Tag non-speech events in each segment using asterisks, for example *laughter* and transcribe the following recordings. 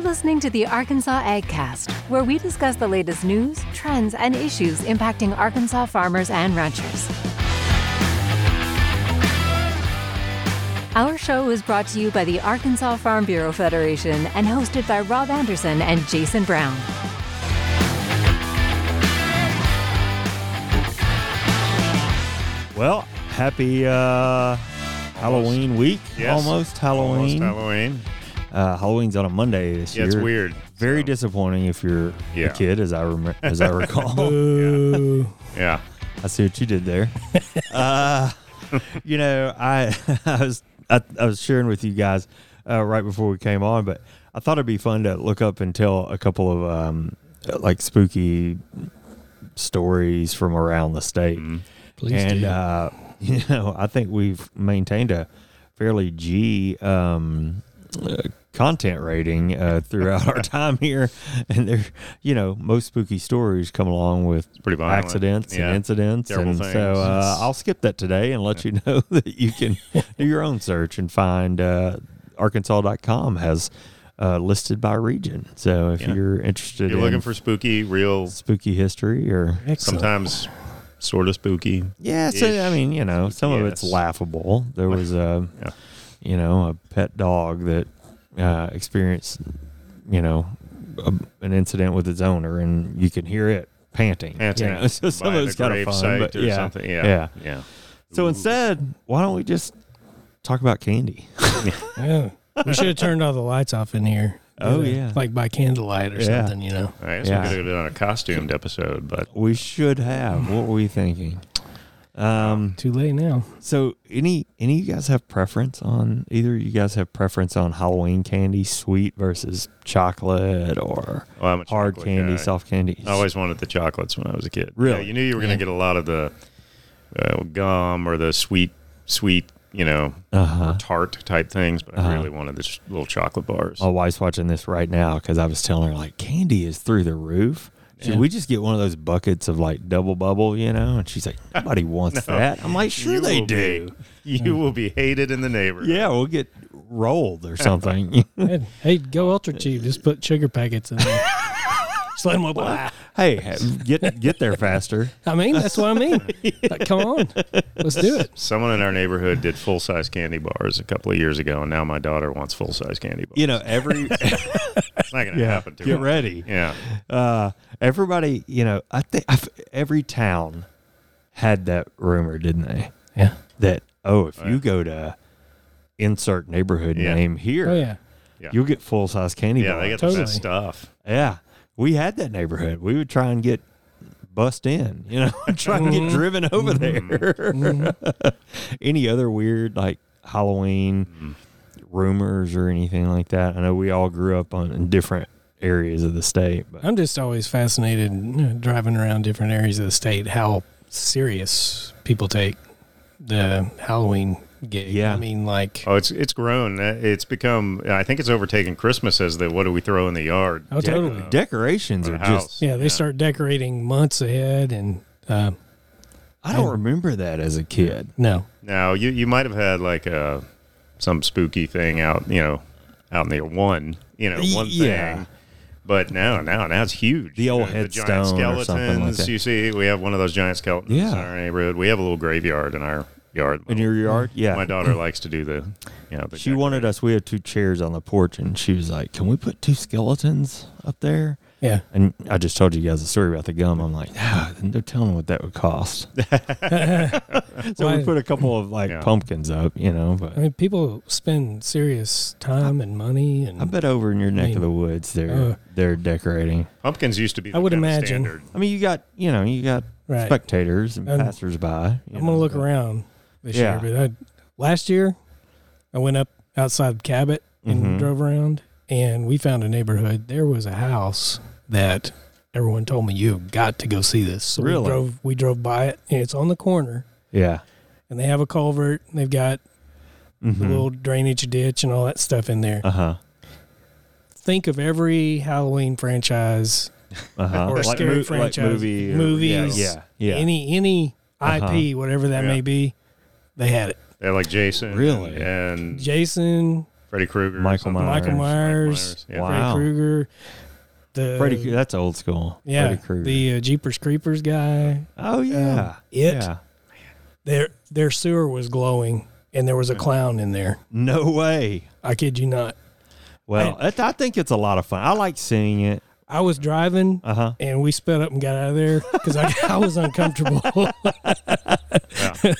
listening to the Arkansas AgCast, where we discuss the latest news, trends, and issues impacting Arkansas farmers and ranchers. Our show is brought to you by the Arkansas Farm Bureau Federation and hosted by Rob Anderson and Jason Brown. Well, happy uh, Halloween week. Yes. Almost Halloween. Almost Halloween. Uh, Halloween's on a Monday this Yeah, year. it's weird. Very So, disappointing if you're Yeah. a kid, as I remember, as *laughs* I recall. Ooh. Yeah. I see what you did *laughs* there. uh, you know, I *laughs* I was I, I was sharing with you guys uh, right before we came on, but I thought it'd be fun to look up and tell a couple of um, like spooky stories from around the state. Mm-hmm. Please and do. uh, *laughs* you know, I think we've maintained a fairly G um, uh, content rating uh, throughout *laughs* our time here, and there, you know, most spooky stories come along with pretty violent. accidents Yeah. and incidents, Terrible and things. so uh, I'll skip that today and let you *laughs* know that you can do your own search and find uh, Arkansas.com has. Uh, listed by region. So if Yeah. you're interested You're in looking for spooky, real, spooky history or Excellent. sometimes sort of spooky. Yeah, so I Ish. mean, you know, some of it's Yes. laughable. There was a, *laughs* Yeah. you know, a pet dog that uh, experienced, you know, a, an incident with its owner, and you can hear it panting. Panting. You know? *laughs* So some by of the it's kind of fun, gravesite but or yeah, something. Yeah. yeah. Yeah. So instead, why don't we just talk about candy? Yeah. We should have turned all the lights off in here. Oh, You know, yeah. Like by candlelight or Yeah. something, you know. All right. So Yeah. we could have done a costumed episode, but We should have. What were we thinking? Um. Too late now. So any any of you guys have preference on either? of You guys have preference on Halloween candy, sweet versus chocolate, or well, oh, I'm a hard chocolate candy, guy. soft candy. I always wanted the chocolates when I was a kid. Really? Yeah, you knew you were going to get a lot of the uh, gum or the sweet, sweet, you know, Uh-huh. tart type things, but Uh-huh. Oh, I really wanted the ch- little chocolate bars. My wife's watching this right now because I was telling her like candy is through the roof. Should Yeah. we just get one of those buckets of like double bubble, you know? And she's like, *laughs* nobody wants that. I'm like, sure You they will do. be- *laughs* you will be hated in the neighborhood. Yeah, we'll get rolled or *laughs* something. Hey, hey, go ultra cheap. Just put sugar packets in there. *laughs* Just let them whip by. hey, ha- get get there faster. I mean, that's what I mean. Like, come on. Let's do it. Oh, Someone in our neighborhood did full size candy bars a couple of years ago, and now my daughter wants full size candy bars. You know, *laughs* every it's not going to yeah, happen to get her. ready. Yeah, uh, everybody, you know, I think I've, every town had that rumor, didn't they? Yeah. That oh, if Oh, you yeah. go to insert neighborhood Yeah. name here, Oh, yeah. yeah, you'll get full size candy. yeah. They bars. get the Totally. best stuff. yeah. We had that neighborhood. We would try and get bussed in, *laughs* you know, try and Mm-hmm. get driven over Mm-hmm. there. *laughs* Any other weird like Halloween Mm-hmm. rumors or anything like that? I know we all grew up on in different areas of the state, but I'm just always fascinated you know, driving around different areas of the state how serious people take the Halloween gig. Yeah. I mean, like, Oh, it's it's grown. Uh, It's become. I think it's overtaken Christmas as the what do we throw in the yard? oh, totally. decorations Or are the just house. Yeah, they start decorating months ahead, and uh, I don't remember that as a kid. no, Now you you might have had like a some spooky thing out you know out in the one you know Y- one yeah. thing. But now, now, now it's huge. The old You know, headstone giant or something like skeletons. that. you see, we have one of those giant skeletons Yeah. in our neighborhood. We have a little graveyard in our yard. In your yard? Yeah. My daughter likes to do the, you know, the she wanted us, we had two chairs on the porch, and she was like, Can we put two skeletons up there? yeah, And I just told you guys the story about the gum. I'm like, ah, no telling what that would *laughs* cost. *laughs* so we Why- put a couple of like Yeah. pumpkins up, you know. I But mean, people spend serious time and money, and I bet over in your neck mean, of the woods, they're uh, they're decorating. Pumpkins used to be. The I would kinda imagine. Standard. I mean, you got you know, you got Right. spectators and I'm- passersby. you I'm gonna know, look but- around this Yeah. year. But I, last year, I went up outside Cabot and Mhm. drove around, and we found a neighborhood. There was a house that everyone told me you have got to go see this. So Really? we drove we drove by it, and it's on the corner, Yeah. and they have a culvert. And they've got Mm-hmm. the little drainage ditch and all that stuff in there. Uh huh. Think of every Halloween franchise Uh huh. or scary franchise, movie or- movies, Yeah. Yeah. any any IP, Uh-huh. whatever that Yeah. may be, they had it. They're like Jason. Really? And Jason, Freddy Krueger, or Michael something. Myers. Michael Myers, Myers, yeah. Freddy Wow. Krueger, the Freddy, Kr- that's old school. yeah, Freddy Krueger. the uh, Jeepers Creepers guy. oh yeah, It. yeah. Their their sewer was glowing, and there was a clown in there. No way. I kid you not. Well, it, I think it's a lot of fun. I like seeing it. I was driving, Uh-huh. and we sped up and got out of there because I, *laughs* I was uncomfortable. *laughs* Yeah.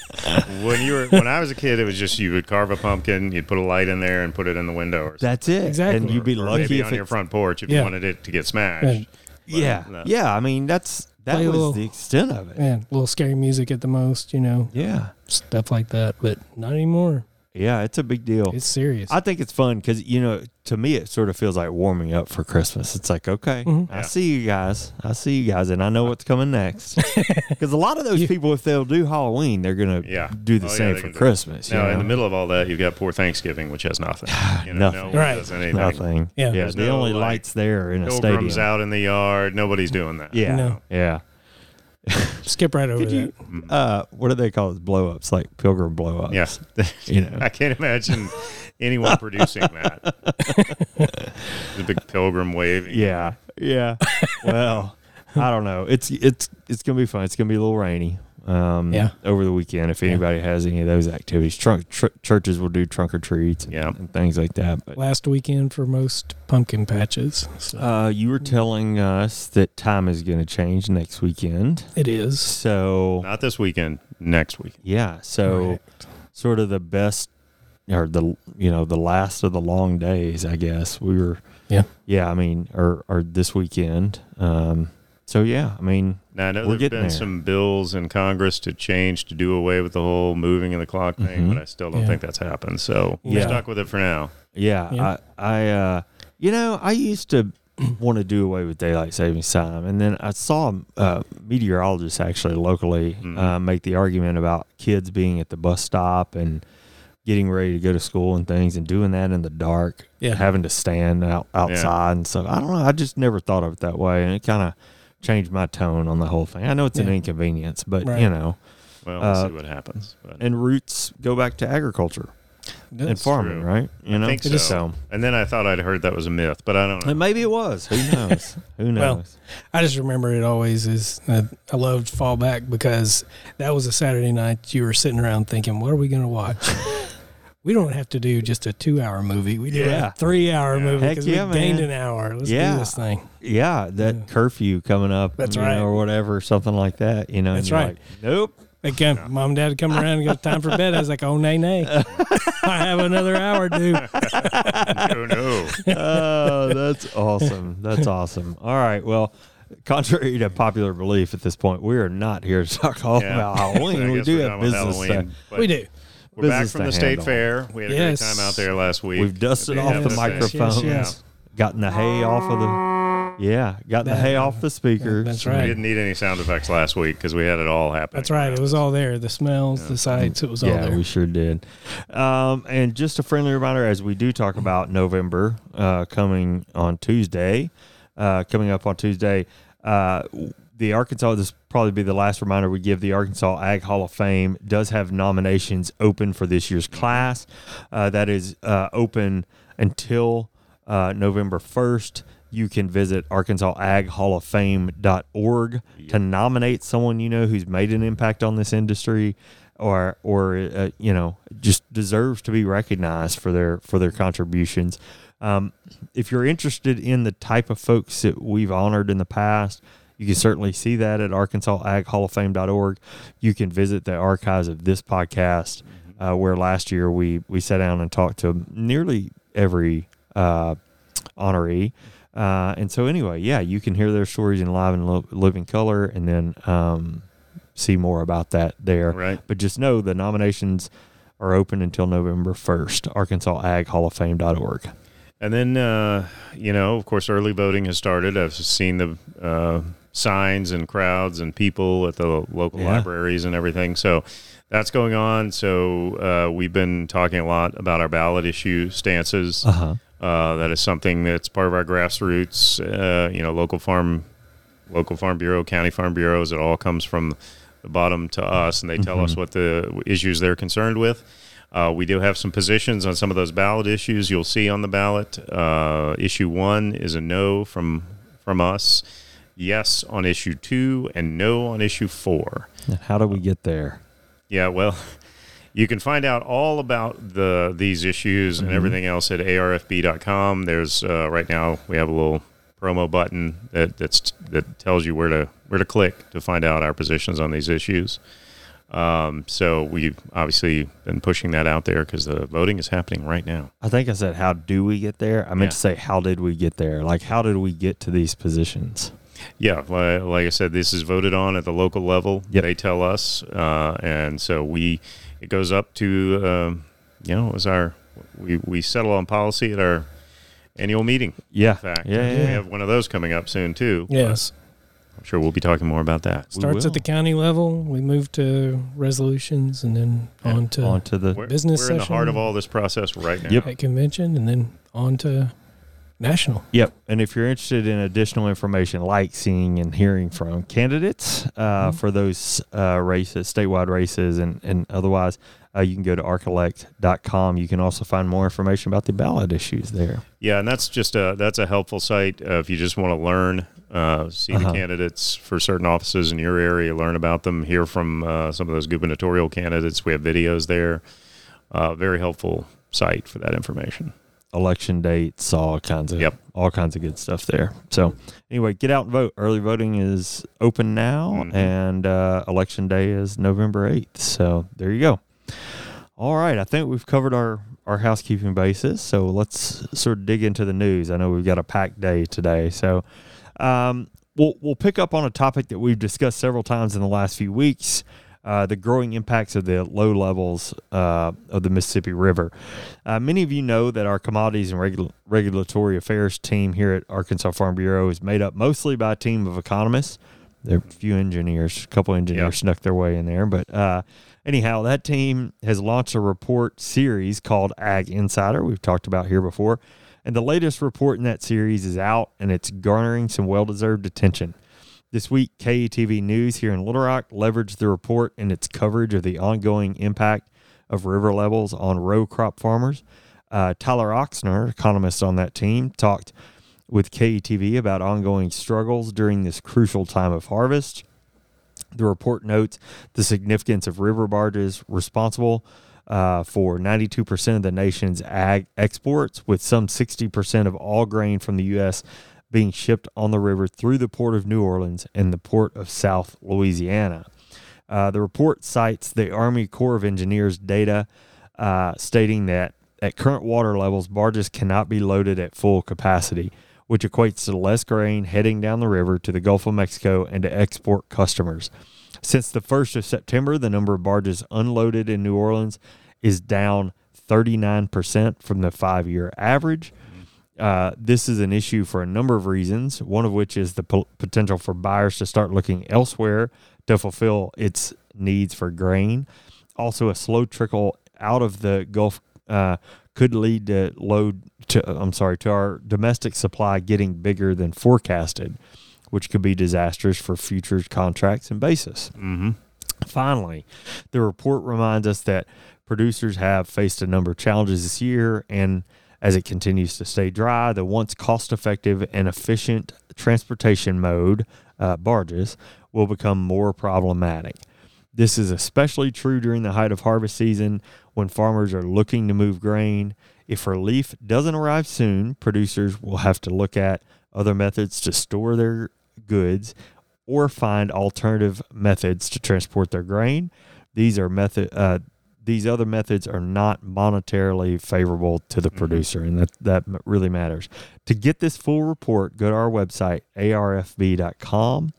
when you were when I was a kid, it was just you would carve a pumpkin, you'd put a light in there, and put it in the window. Or That's it. Exactly. And something. you'd be Or lucky maybe if on your it, front porch if Yeah. you wanted it to get And, smashed. yeah, no. yeah. I mean, that's that Play a was little- the extent of it. man, little scary music at the most, you know, Yeah, stuff like that. But not anymore. yeah. It's a big deal. It's serious. I think it's fun because you know, to me, it sort of feels like warming up for Christmas. It's like, okay, I Mm-hmm. Yeah. see you guys, I see you guys, and I know what's coming *laughs* next. Because a lot of those people, if they'll do Halloween, they're gonna Yeah. do the Oh, yeah, same for they can do it. Christmas. you Now, in know? the middle of all that, you've got poor Thanksgiving, which *sighs* has nothing. You know, Nothing. No one Right. does anything. nothing. Yeah. yeah. There's The no, only like, lights there are in a Pilgrims stadium. out in the yard. Nobody's doing that. Yeah, No. yeah. Skip right over Could that. you? Uh, what do they call those blow ups? Like pilgrim blow ups. Yeah. *laughs* You know. I can't imagine anyone producing *laughs* that. the big pilgrim wave. Yeah. *laughs* Yeah. well, I don't know. It's it's it's gonna be fun. It's gonna be a little rainy. Um, Yeah. Over the weekend, if anybody has any of those activities, trunk tr- churches will do trunk or treats. And, Yeah. and things like that. But Last weekend for most pumpkin patches. So uh, you were telling us that time is going to change next weekend. it is. So Not this weekend, next week. yeah. So Correct. sort of the best or the you know the last of the long days i guess we were Yeah. yeah i mean or or this weekend um so yeah i mean Now, I know We're there's getting been there. some bills in Congress to change to do away with the whole moving of the clock thing, but I still don't Yeah. think that's happened. So we're Mm-hmm. Yeah. stuck with it for now. yeah, Yeah. i i uh you know i used to *clears throat* want to do away with daylight savings time and then i saw uh meteorologists actually locally Mm-hmm. uh, make the argument about kids being at the bus stop and getting ready to go to school and things and doing that in the dark Yeah. having to stand out, outside and stuff i don't know i just never thought of it that way and it kind of changed my tone on the whole thing i know it's an Yeah. inconvenience but Right. you know Well, we'll Uh, see what happens. But. and roots go back to agriculture and farming true. right you know I think It so. is And then I thought I'd heard that was a myth, but *laughs* I don't know. and maybe it was who knows who knows Well, I just remember it always is. I, I loved fall back because that was a Saturday night. You were sitting around thinking, "What are we going to *laughs* watch?" we don't have to do just a two-hour movie. We do Yeah. a three-hour movie Heck because yeah, we gained man. an hour. Let's Yeah. do this thing. yeah that curfew coming up That's you right. know, or whatever something like that you know and That's you're right. like, nope They come, mom and dad would come around and go, "Time for bed." I was like, "Oh, nay, *laughs* nay, I have another hour, dude." oh, no. oh, that's awesome. That's awesome. All right. Well, contrary to popular belief at this point, we are not here to talk all Yeah. about *laughs* I Halloween. we guess do we're have done with business. Halloween, stuff. but We do. We're back business from to the state handle. fair. We had a Yes. great time out there last week. We've dusted They off have the this thing. microphones, yes. gotten the hay off of the yeah, gotten the That- hay off the speakers. That's We right. didn't need any sound effects last week because we had it all happen. That's right. It was all there. The smells, the sights. It was all Yeah, there. we sure did. Um, and just a friendly reminder as we do talk about November uh, coming on Tuesday, uh, coming up on Tuesday, uh, the Arkansas, this will probably be the last reminder we give. The Arkansas Ag Hall of Fame does have nominations open for this year's class. Uh, that is uh, open until uh, November 1st. You can visit arkansasaghhalloffame.org to nominate someone you know who's made an impact on this industry or or uh, you know just deserves to be recognized for their for their contributions. Um, if you're interested in the type of folks that we've honored in the past, you can certainly see that at arkansasaghhalloffame.org. You can visit the archives of this podcast, uh, where last year we we sat down and talked to nearly every uh, honoree. Uh, and so anyway, yeah, you can hear their stories in live and lo- living color, and then um, see more about that there. Right. But just know the nominations are open until November 1st, arkansasaghhalloffame.org. And then, uh, you know, of course, early voting has started. I've seen the uh, signs and crowds and people at the local Yeah. libraries and everything. So that's going on. So uh, we've been talking a lot about our ballot issue stances. Uh-huh. Uh, that is something that's part of our grassroots. Uh, you know, local farm, local farm bureau, county farm bureaus. It all comes from the bottom to us, and they tell us what the issues they're concerned with. Uh, we do have some positions on some of those ballot issues you'll see on the ballot. Uh, issue one is a no from from us, yes on issue two, and no on issue four. And How do we get there? Yeah, well, *laughs* you can find out all about the these issues and everything else at arfb.com. There's uh, right now we have a little promo button that that's that tells you where to where to click to find out our positions on these issues. Um, so we've obviously been pushing that out there because the voting is happening right now. I think I said, how do we get there? I meant Yeah. to say, how did we get there? Like, how did we get to these positions? Yeah, li- like I said, this is voted on at the local level. Yep. They tell us, uh, and so we it goes up to um, you know it was our we we settle on policy at our annual meeting. Yeah. In fact, Yeah, yeah, we yeah. have one of those coming up soon too. Yes. I'm sure we'll be talking more about that. We Starts will. at the county level. We move to resolutions and then Yeah, on to On to the We're, Business we're in the heart session. of all this process right now. Yep. at convention and then on to national. Yep. And if you're interested in additional information like seeing and hearing from candidates uh, for those uh, races, statewide races, and, and otherwise, uh, you can go to arcolect.com. You can also find more information about the ballot issues there. Yeah, and that's just a that's a helpful site uh, if you just want to learn, uh, see Uh-huh. the candidates for certain offices in your area, learn about them, hear from uh, some of those gubernatorial candidates. We have videos there. Uh, very helpful site for that information. Election dates, all kinds of Yep. all kinds of good stuff there. So anyway, get out and vote. Early voting is open now, Mhm. and uh, election day is November eighth. So there you go. All right, I think we've covered our our housekeeping basis. So let's sort of dig into the news. I know we've got a packed day today, so um, we'll we'll pick up on a topic that we've discussed several times in the last few weeks. Uh, the growing impacts of the low levels uh, of the Mississippi River. Uh, many of you know that our commodities and regul- regulatory affairs team here at Arkansas Farm Bureau is made up mostly by a team of economists. There are a few engineers, a couple engineers Yeah. snuck their way in there, but uh, anyhow, that team has launched a report series called Ag Insider. We've talked about here before, and the latest report in that series is out, and it's garnering some well-deserved attention. This week, KETV News here in Little Rock leveraged the report in its coverage of the ongoing impact of river levels on row crop farmers. Uh, Tyler Oxner, economist on that team, talked with KETV about ongoing struggles during this crucial time of harvest. The report notes the significance of river barges responsible uh, for 92% of the nation's ag exports, with some 60% of all grain from the U.S. being shipped on the river through the port of New Orleans and the port of South Louisiana. Uh, the report cites the Army Corps of Engineers data uh, stating that at current water levels, barges cannot be loaded at full capacity, which equates to less grain heading down the river to the Gulf of Mexico and to export customers. Since the 1st of September, the number of barges unloaded in New Orleans is down 39% from the five year average. Uh, this is an issue for a number of reasons, one of which is the po- potential for buyers to start looking elsewhere to fulfill its needs for grain. Also, a slow trickle out of the Gulf uh, could lead to load to I'm sorry to our domestic supply getting bigger than forecasted, which could be disastrous for futures contracts and basis. Mm-hmm. Finally, the report reminds us that producers have faced a number of challenges this year, and as it continues to stay dry, the once cost effective and efficient transportation mode, uh, barges, will become more problematic. This is especially true during the height of harvest season when farmers are looking to move grain. If relief doesn't arrive soon, producers will have to look at other methods to store their goods or find alternative methods to transport their grain. These are method. Uh, these other methods are not monetarily favorable to the producer, and that that m- really matters. To get this full report, go to our website arfv.com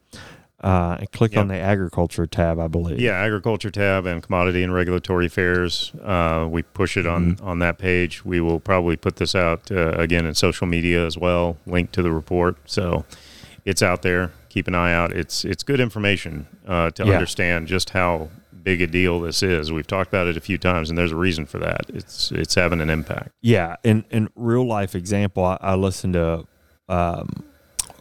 uh, and click Yep. on the agriculture tab, I believe. Yeah, agriculture tab and commodity and regulatory affairs. Uh, we push it on on that page. We will probably put this out uh, again in social media as well. Link to the report, so it's out there. Keep an eye out. It's it's good information uh, to Yeah. understand just how big a deal this is. We've talked about it a few times, and there's a reason for that. It's it's having an impact. Yeah, in in real life example, I, I listen to um,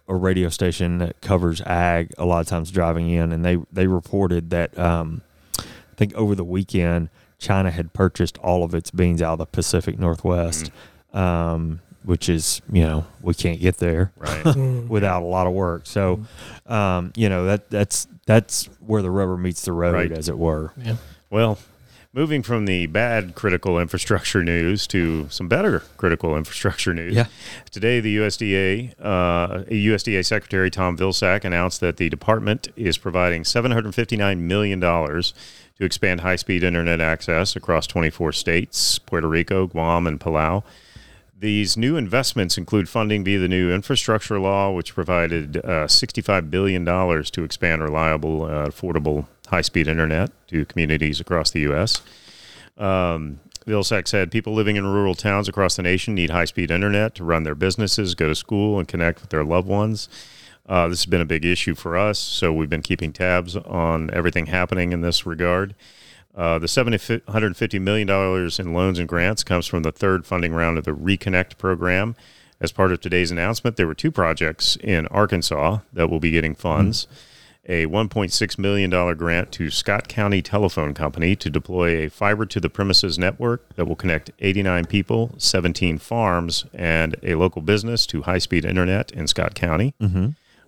a radio station that covers ag a lot of times driving in, and they they reported that um, I think over the weekend China had purchased all of its beans out of the Pacific Northwest, Mm-hmm. um, which is you know we can't get there Right. without a lot of work. So, Mm-hmm. um, you know that that's that's where the rubber meets the road, Right. as it were. Yeah. well, moving from the bad critical infrastructure news to some better critical infrastructure news. Yeah. Today, the USDA uh, USDA Secretary Tom Vilsack announced that the department is providing 759 million dollars to expand high-speed internet access across 24 states, Puerto Rico, Guam, and Palau. These new investments include funding via the new infrastructure law, which provided uh, $65 billion to expand reliable, uh, affordable, high speed internet to communities across the U.S. Um, Vilsack said people living in rural towns across the nation need high speed internet to run their businesses, go to school, and connect with their loved ones. Uh, this has been a big issue for us, so we've been keeping tabs on everything happening in this regard. Uh, the $750 million in loans and grants comes from the third funding round of the Reconnect program. As part of today's announcement, there were two projects in Arkansas that will be getting funds a $1.6 million grant to Scott County Telephone Company to deploy a fiber to the premises network that will connect 89 people, 17 farms, and a local business to high speed internet in Scott County.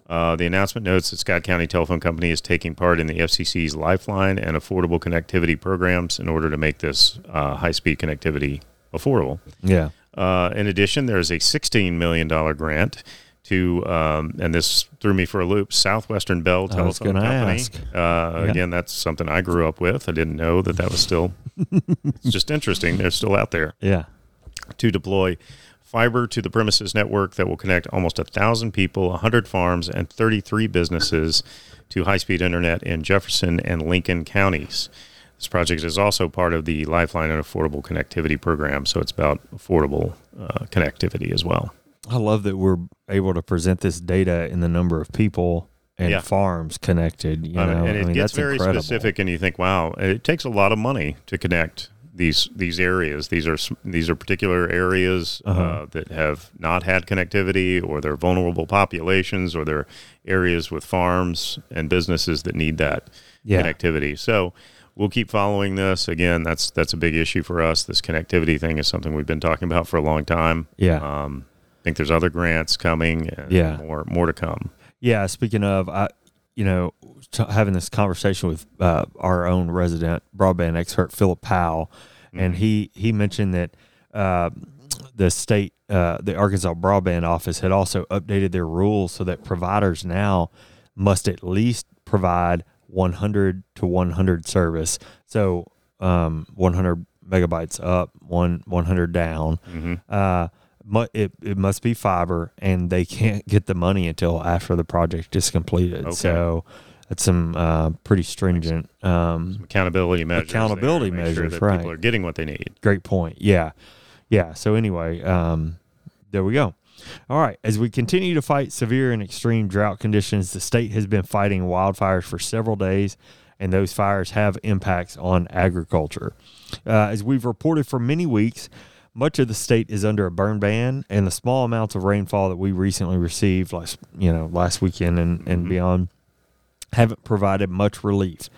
Uh, the announcement notes that Scott County Telephone Company is taking part in the FCC's Lifeline and Affordable Connectivity programs in order to make this uh, high speed connectivity affordable. Yeah. Uh, in addition, there is a $16 million grant to, um, and this threw me for a loop, Southwestern Bell I was Telephone gonna Company. ask. Uh, Yeah. Again, that's something I grew up with. I didn't know that that was *laughs* still, it's just interesting. They're still out there Yeah. to deploy fiber to the premises network that will connect almost 1,000 people, 100 farms, and 33 businesses to high speed internet in Jefferson and Lincoln counties. This project is also part of the Lifeline and Affordable Connectivity Program, so it's about affordable uh, connectivity as well. I love that we're able to present this data in the number of people and Yeah. farms connected. You Um, know, and it I mean, that's gets very incredible. specific, and you think, wow, it takes a lot of money to connect these these areas. These are s- these are particular areas uh Uh-huh. that have not had connectivity, or they're vulnerable populations, or they're areas with farms and businesses that need that Yeah. connectivity. So. We'll keep following this. Again, that's that's a big issue for us. This connectivity thing is something we've been talking about for a long time. Yeah. Um, I think there's other grants coming. And Yeah. More more to come. Yeah. Speaking of, I, you know, t- having this conversation with uh, our own resident broadband expert Philip Powell, Mm-hmm. and he he mentioned that uh, the state, uh, the Arkansas Broadband Office, had also updated their rules so that providers now must at least provide 100 to 100 service. So um, 100 megabytes up, one 100 down. Mm-hmm. Uh, mu- it, it must be fiber, and they can't get the money until after the project is completed. Okay. So that's some uh, pretty stringent. Um, accountability measures. there to Accountability make measures, that right. People are getting what they need. great point. Yeah. Yeah. So anyway, um, there we go. All right. As we continue to fight severe and extreme drought conditions, the state has been fighting wildfires for several days, and those fires have impacts on agriculture. Uh, as we've reported for many weeks, much of the state is under a burn ban, and the small amounts of rainfall that we recently received, last you know, last weekend and, and beyond, haven't provided much relief.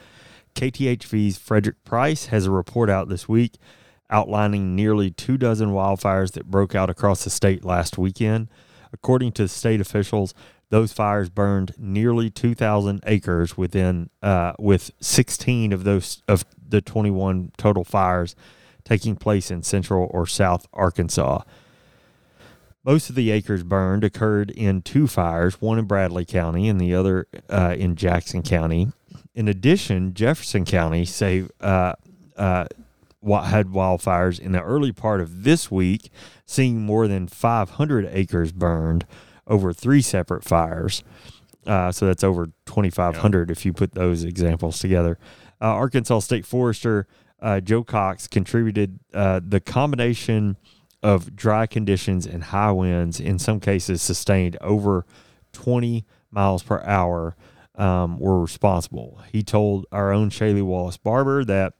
KTHV's Frederick Price has a report out this week outlining nearly two dozen wildfires that broke out across the state last weekend. According to state officials, those fires burned nearly 2,000 acres within, uh, with 16 of those of the 21 total fires taking place in central or south Arkansas. Most of the acres burned occurred in two fires, one in Bradley County and the other uh, in Jackson County. In addition, Jefferson County saved, uh, uh, wa- had wildfires in the early part of this week, seeing more than 500 acres burned over three separate fires. Uh, so that's over 2,500 if you put those examples together. Uh, Arkansas State Forester uh, Joe Cox contributed uh, the combination of dry conditions and high winds, in some cases sustained over 20 miles per hour, um, were responsible. He told our own Shaley Wallace Barber that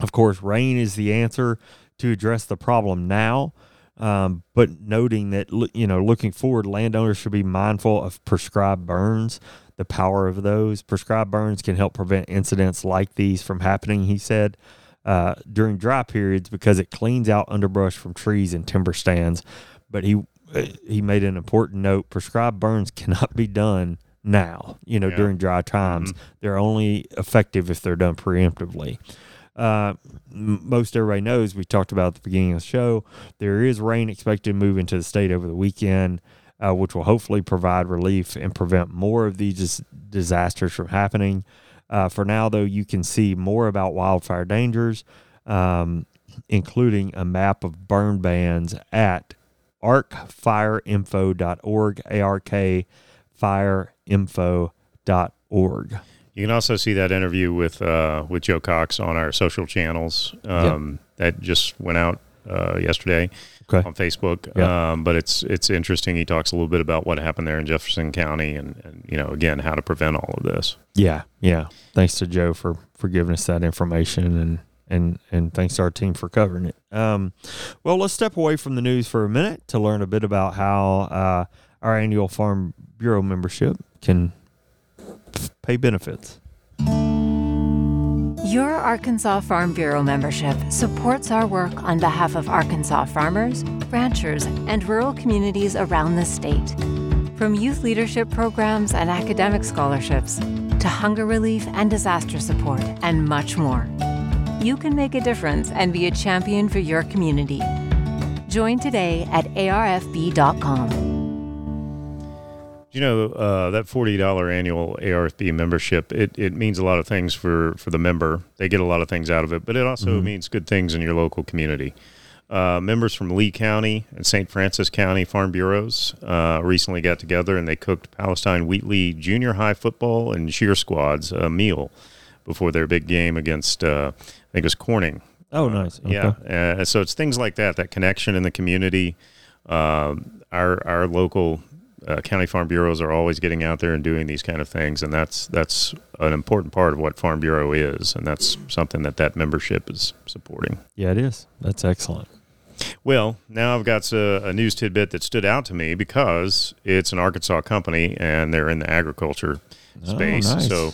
of course, rain is the answer to address the problem now. Um, but noting that, loo- you know, looking forward, landowners should be mindful of prescribed burns, the power of those. Prescribed burns can help prevent incidents like these from happening, he said. uh, during dry periods because it cleans out underbrush from trees and timber stands. But he uh, he made an important note: prescribed burns cannot be done now. You know, Yeah. during dry times, they're only effective if they're done preemptively. Uh, m- most everybody knows we talked about at the beginning of the show. There is rain expected to move into the state over the weekend, uh, which will hopefully provide relief and prevent more of these dis- disasters from happening. Uh, for now, though, you can see more about wildfire dangers, um, including a map of burn bans at arcfireinfo.org, arcfireinfo.org. You can also see that interview with uh, with Joe Cox on our social channels. Um, That just went out uh, yesterday Okay. on Facebook. Yeah. Um, but it's it's interesting. He talks a little bit about what happened there in Jefferson County, and, and you know, again, how to prevent all of this. Yeah, yeah. Thanks to Joe for for giving us that information, and and and thanks to our team for covering it. Um, well, let's step away from the news for a minute to learn a bit about how uh, our annual Farm Bureau membership can pay benefits. Your Arkansas Farm Bureau membership supports our work on behalf of Arkansas farmers, ranchers, and rural communities around the state. From youth leadership programs and academic scholarships to hunger relief and disaster support, and much more. You can make a difference and be a champion for your community. Join today at arfb.com. You know, uh, that forty dollar annual ARFB membership, it, it means a lot of things for, for the member. They get a lot of things out of it, but it also means good things in your local community. Uh, members from Lee County and St. Francis County Farm Bureaus uh, recently got together and they cooked Palestine Wheatley Junior High football and cheer squads a meal before their big game against, uh, I think it was Corning Oh, nice. yeah. Uh, so it's things like that, that connection in the community. Um, our our local uh, county farm bureaus are always getting out there and doing these kind of things, and that's that's an important part of what farm bureau is, and that's something that that membership is supporting. yeah, it is. That's excellent. Well, now I've got uh, a, a news tidbit that stood out to me because it's an Arkansas company and they're in the agriculture Oh, space. nice. So,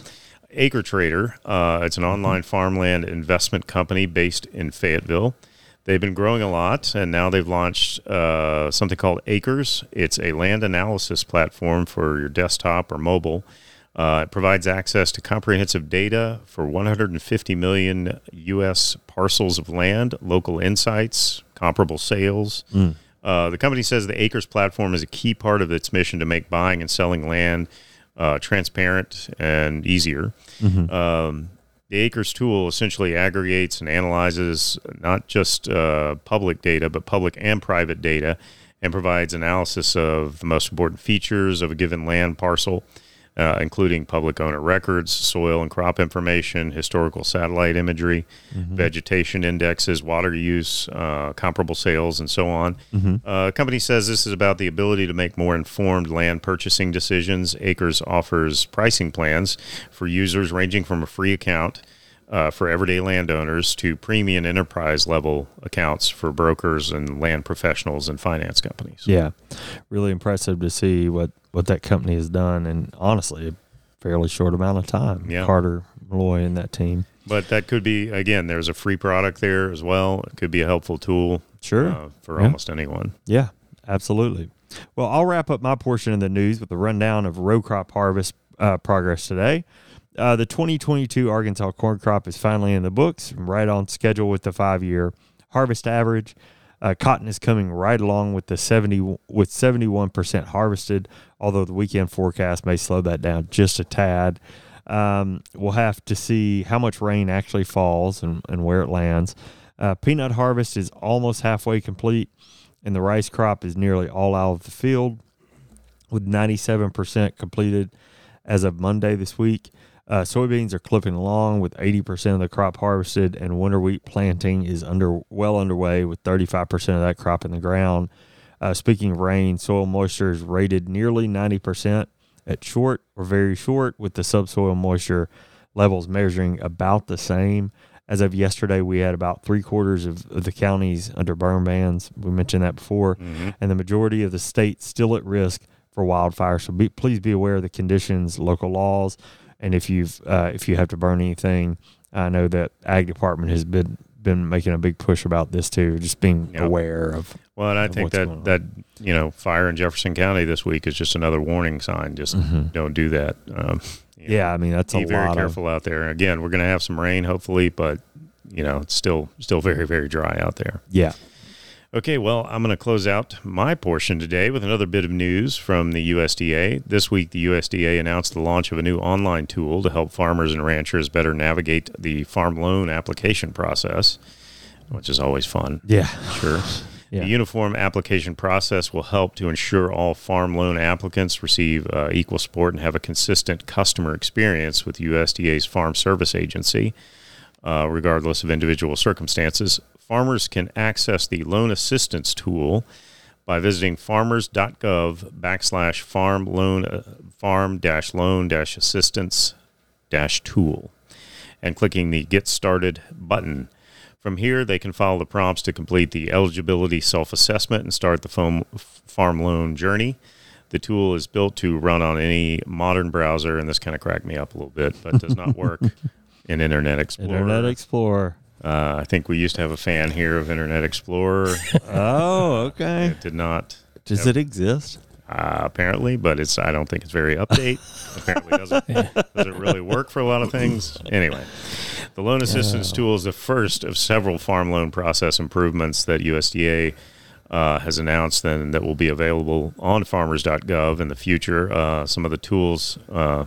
Acre Trader, uh, it's an online farmland investment company based in Fayetteville. They've been growing a lot, and now they've launched uh, something called Acres. It's a land analysis platform for your desktop or mobile. Uh, it provides access to comprehensive data for 150 million U.S. parcels of land, local insights, comparable sales. Uh, the company says the Acres platform is a key part of its mission to make buying and selling land uh, transparent and easier. Um, the Acres tool essentially aggregates and analyzes not just uh, public data, but public and private data, and provides analysis of the most important features of a given land parcel, uh, including public owner records, soil and crop information, historical satellite imagery, vegetation indexes, water use, uh, comparable sales, and so on. Mm-hmm. Uh, company says this is about the ability to make more informed land purchasing decisions. Acres offers pricing plans for users ranging from a free account uh, for everyday landowners to premium enterprise level accounts for brokers and land professionals and finance companies. Yeah, really impressive to see what what that company has done, and honestly, a fairly short amount of time. Yeah. Carter Malloy and that team. But that could be, again, there's a free product there as well. It could be a helpful tool Sure. uh, for Yeah. almost anyone. Yeah, absolutely. Well, I'll wrap up my portion of the news with a rundown of row crop harvest uh, progress today. Uh, the 2022 Arkansas corn crop is finally in the books, right on schedule with the five-year harvest average. Uh, cotton is coming right along with the 70 with 71 percent harvested, although the weekend forecast may slow that down just a tad. Um, we'll have to see how much rain actually falls and, and where it lands. Uh, peanut harvest is almost halfway complete and the rice crop is nearly all out of the field with 97% completed as of Monday this week. Uh, soybeans are clipping along with 80% of the crop harvested, and winter wheat planting is under well underway with 35% of that crop in the ground. Uh, speaking of rain, soil moisture is rated nearly 90% at short or very short, with the subsoil moisture levels measuring about the same. As of yesterday, we had about three quarters of, of the counties under burn bans. We mentioned that before, Mm-hmm. and the majority of the state still at risk for wildfire. So be, please be aware of the conditions, local laws, and if you've uh, if you have to burn anything, I know that ag department has been been making a big push about this too, just being Yeah. aware of Well, and I of think what's going that on. that you know fire in Jefferson County this week is just another warning sign. Just Mm-hmm. don't do that. Um, you know, yeah. I mean, that's a be very lot of careful out there. Again, we're going to have some rain hopefully, but you know it's still still very very dry out there. yeah. Okay, well, I'm going to close out my portion today with another bit of news from the USDA. This week, the USDA announced the launch of a new online tool to help farmers and ranchers better navigate the farm loan application process, which is always fun. Yeah. Sure. Yeah. The uniform application process will help to ensure all farm loan applicants receive uh, equal support and have a consistent customer experience with USDA's Farm Service Agency, uh, regardless of individual circumstances. Farmers can access the loan assistance tool by visiting farmers.gov backslash farm loan uh, farm dash loan dash assistance dash tool and clicking the Get Started button. From here, they can follow the prompts to complete the eligibility self assessment and start the foam, farm loan journey. The tool is built to run on any modern browser, and this kind of cracked me up a little bit, but does not work in Internet Explorer. Internet Explorer. uh, I think we used to have a fan here of Internet Explorer. Oh, okay. it did not. Does it exist? Uh, apparently, but it's I don't think it's very update. apparently, doesn't doesn't really work for a lot of things. Anyway, the loan assistance tool is the first of several farm loan process improvements that USDA uh, has announced and that will be available on farmers.gov in the future. Uh, some of the tools uh,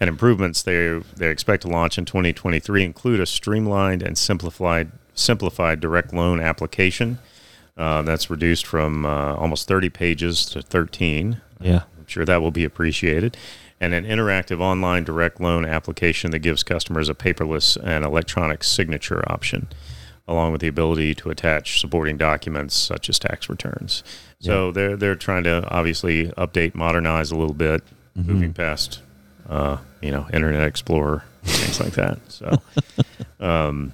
and improvements they they expect to launch in 2023 include a streamlined and simplified simplified direct loan application. Uh, that's reduced from uh, almost 30 pages to 13. Yeah. I'm sure that will be appreciated. And an interactive online direct loan application that gives customers a paperless and electronic signature option, along with the ability to attach supporting documents such as tax returns. So they're they're trying to obviously update, modernize a little bit, Mm-hmm. moving past uh, you know Internet Explorer things like that. So. um,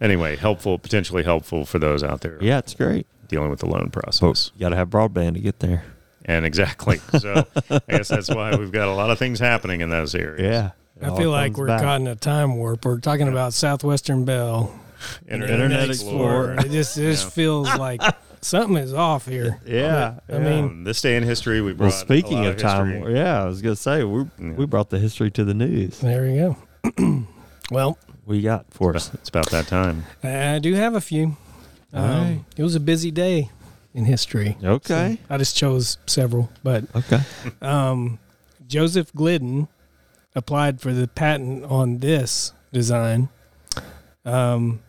Anyway, helpful, potentially helpful for those out there Yeah, it's great. dealing with the loan process. But you got to have broadband to get there. And exactly. So I guess that's why we've got a lot of things happening in those areas. It I all feel like comes we're back. caught in a time warp. We're talking about Southwestern Bell. Internet, Internet Explorer. Explorer. It just, it just Yeah. feels *laughs* like something is off here. Yeah. I mean, Um, this day in history, we brought. Well, a speaking lot of time, history. yeah, I was gonna say we we brought the history to the news. there we go. *clears throat* well, We got for us. it's about that time. I do have a few. Um, Alright. It was a busy day in history. *laughs* Okay. I just chose several, but Okay. um, Joseph Glidden applied for the patent on this design, um,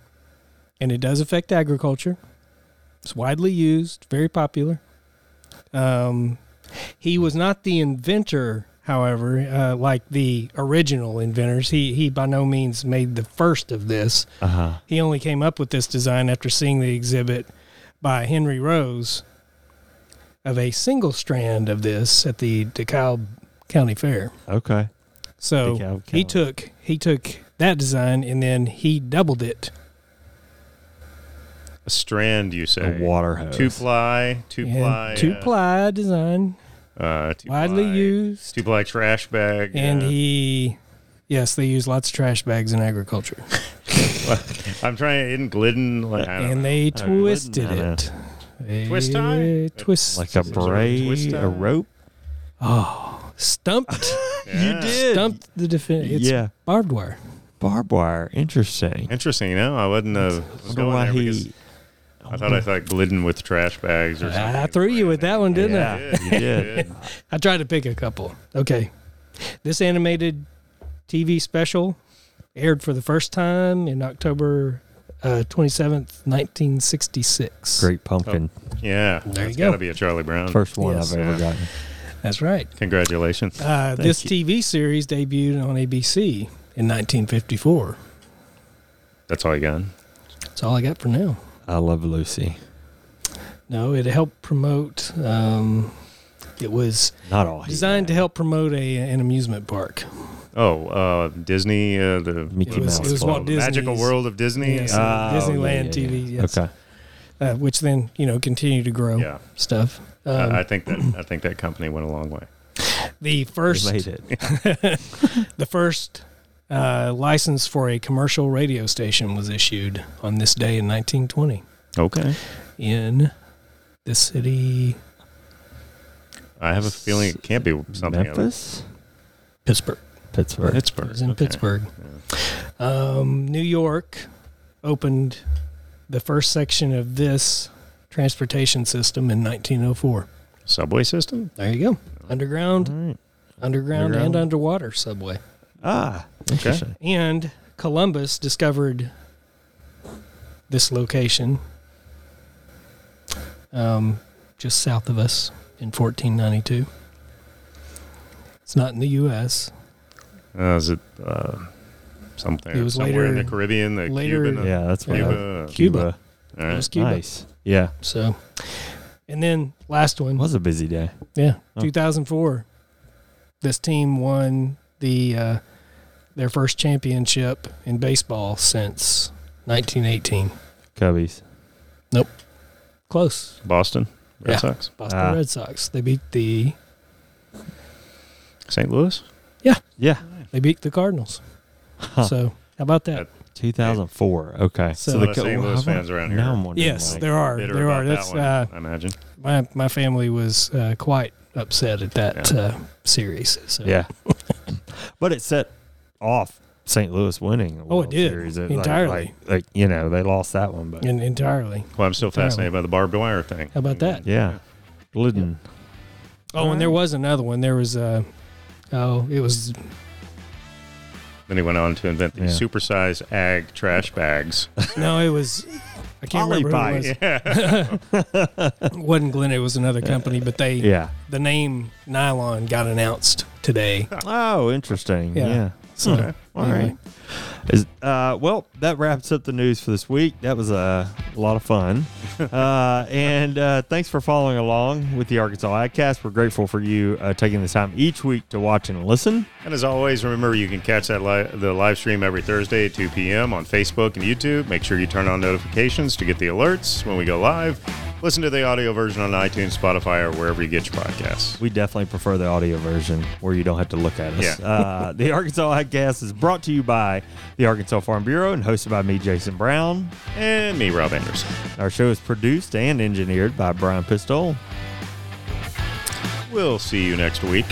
and it does affect agriculture. It's widely used, very popular. Um, he was not the inventor, however, uh, like the original inventors. He he by no means made the first of this. Uh huh. He only came up with this design after seeing the exhibit by Henry Rose of a single strand of this at the DeKalb County Fair. Okay. So DeKalb County. he took he took that design and then he doubled it. A strand, you say? A water hose. Two ply, two ply, two ply design, uh, two widely ply- used, Two ply trash bag. and uh, he yes they use lots of trash bags in agriculture, I'm trying in Glidden. Like, I don't and know. they I wouldn't twisted know. it. They Twist tie? twist Like a there a twist braid, on a it? rope. *laughs* Oh, stumped, *laughs* Yeah. stumped the defense. It's Yeah. barbed wire. Barbed wire. Interesting. Interesting. No, I wasn't. Uh, was Wonder going why there because he. Oh, I thought I thought Glidden with trash bags or something. I threw you with that one, didn't I? Yeah, he *laughs* did. I tried to pick a couple. Okay. This animated TV special aired for the first time in October uh, 27th, 1966. Great pumpkin. Oh, Yeah, There you it's go. got to be a Charlie Brown. First one Yes. I've ever gotten. That's right. Congratulations. Uh, this you. TV series debuted on ABC in 1954. That's all you got. That's all I got for now. I love Lucy. No, it helped promote. Um, it was Not all. he designed to help promote a an amusement park. Oh, uh, Disney, uh, the Mickey It was- Mouse it was Club. Walt the magical Disney's- world of Disney. Yes. Uh, Ah, oh, Disneyland yeah, yeah, TV, yeah. yes. Okay. uh, which then you know continued to grow. Yeah. Stuff. Um, Uh, I I think that I think that company went a long way. *laughs* the We first made it. the first uh, license for a commercial radio station was issued on this day in 1920 Okay. in the city I have a feeling it can't be something. other- Memphis, Pittsburgh. Pittsburgh. It Pittsburgh. was in Okay. Pittsburgh. Um, New York opened the first section of this transportation system in 1904. Subway system? There you go. Underground, All right. Mm-hmm. underground, Underground. and underwater subway. Ah, interesting. And Columbus discovered this location um, just south of us in 1492. It's not in the U.S. Uh, is it uh, something? It was somewhere in the later- Caribbean, the later- Cuban. uh, Yeah, that's what I- Cuba. uh, Cuba. All It right. was Cuba. Nice. Yeah, So, and then last it one. was a busy day. Yeah, Oh. 2004. This team won the uh, their first championship in baseball since 1918. Cubbies. Close. Boston. Red Yeah. Sox. Boston Ah. Red Sox. They beat the St. Louis. Yeah, they beat the Cardinals. Huh. So how about that? 2004. Okay. So- So the the St. Louis fans around here. Now are I'm wondering. Yes, like, there are. bitter There are. about that That's one, uh, I imagine. my my family was uh, quite upset at that uh, series. So. Yeah. *laughs* but it set off St. Louis winning. the Oh, it World did. Series. like- Entirely. Like, like, you know, they lost that one, but And entirely. Well, I'm still Apparently. fascinated by the barbed wire thing. How about that? yeah. Glidden. Oh, and there was another one. There was uh, oh, it was Then he went on to invent these Yeah. supersized ag trash bags. no, it was. I can't Ollie remember who it was. Pie. yeah. wasn't Glen, *laughs* it was another company, but *laughs* they *laughs* Yeah. the name nylon got announced today. Oh, interesting. Yeah. Yeah. So Okay. All anyway, right. Is, uh, well, that wraps up the news for this week. That was a lot of fun. uh, and uh, thanks for following along with the Arkansas Adcast. We're grateful for you uh, taking the time each week to watch and listen. And as always, remember you can catch that li- the live stream every Thursday at 2 p.m. on Facebook and YouTube. Make sure you turn on notifications to get the alerts when we go live. Listen to the audio version on iTunes, Spotify, or wherever you get your podcasts. We definitely prefer the audio version where you don't have to look at us. Yeah. Uh, *laughs* the Arkansas Podcast is brought to you by the Arkansas Farm Bureau and hosted by me, Jason Brown. And me, Rob Anderson. Our show is produced and engineered by Brian Pistole. We'll see you next week.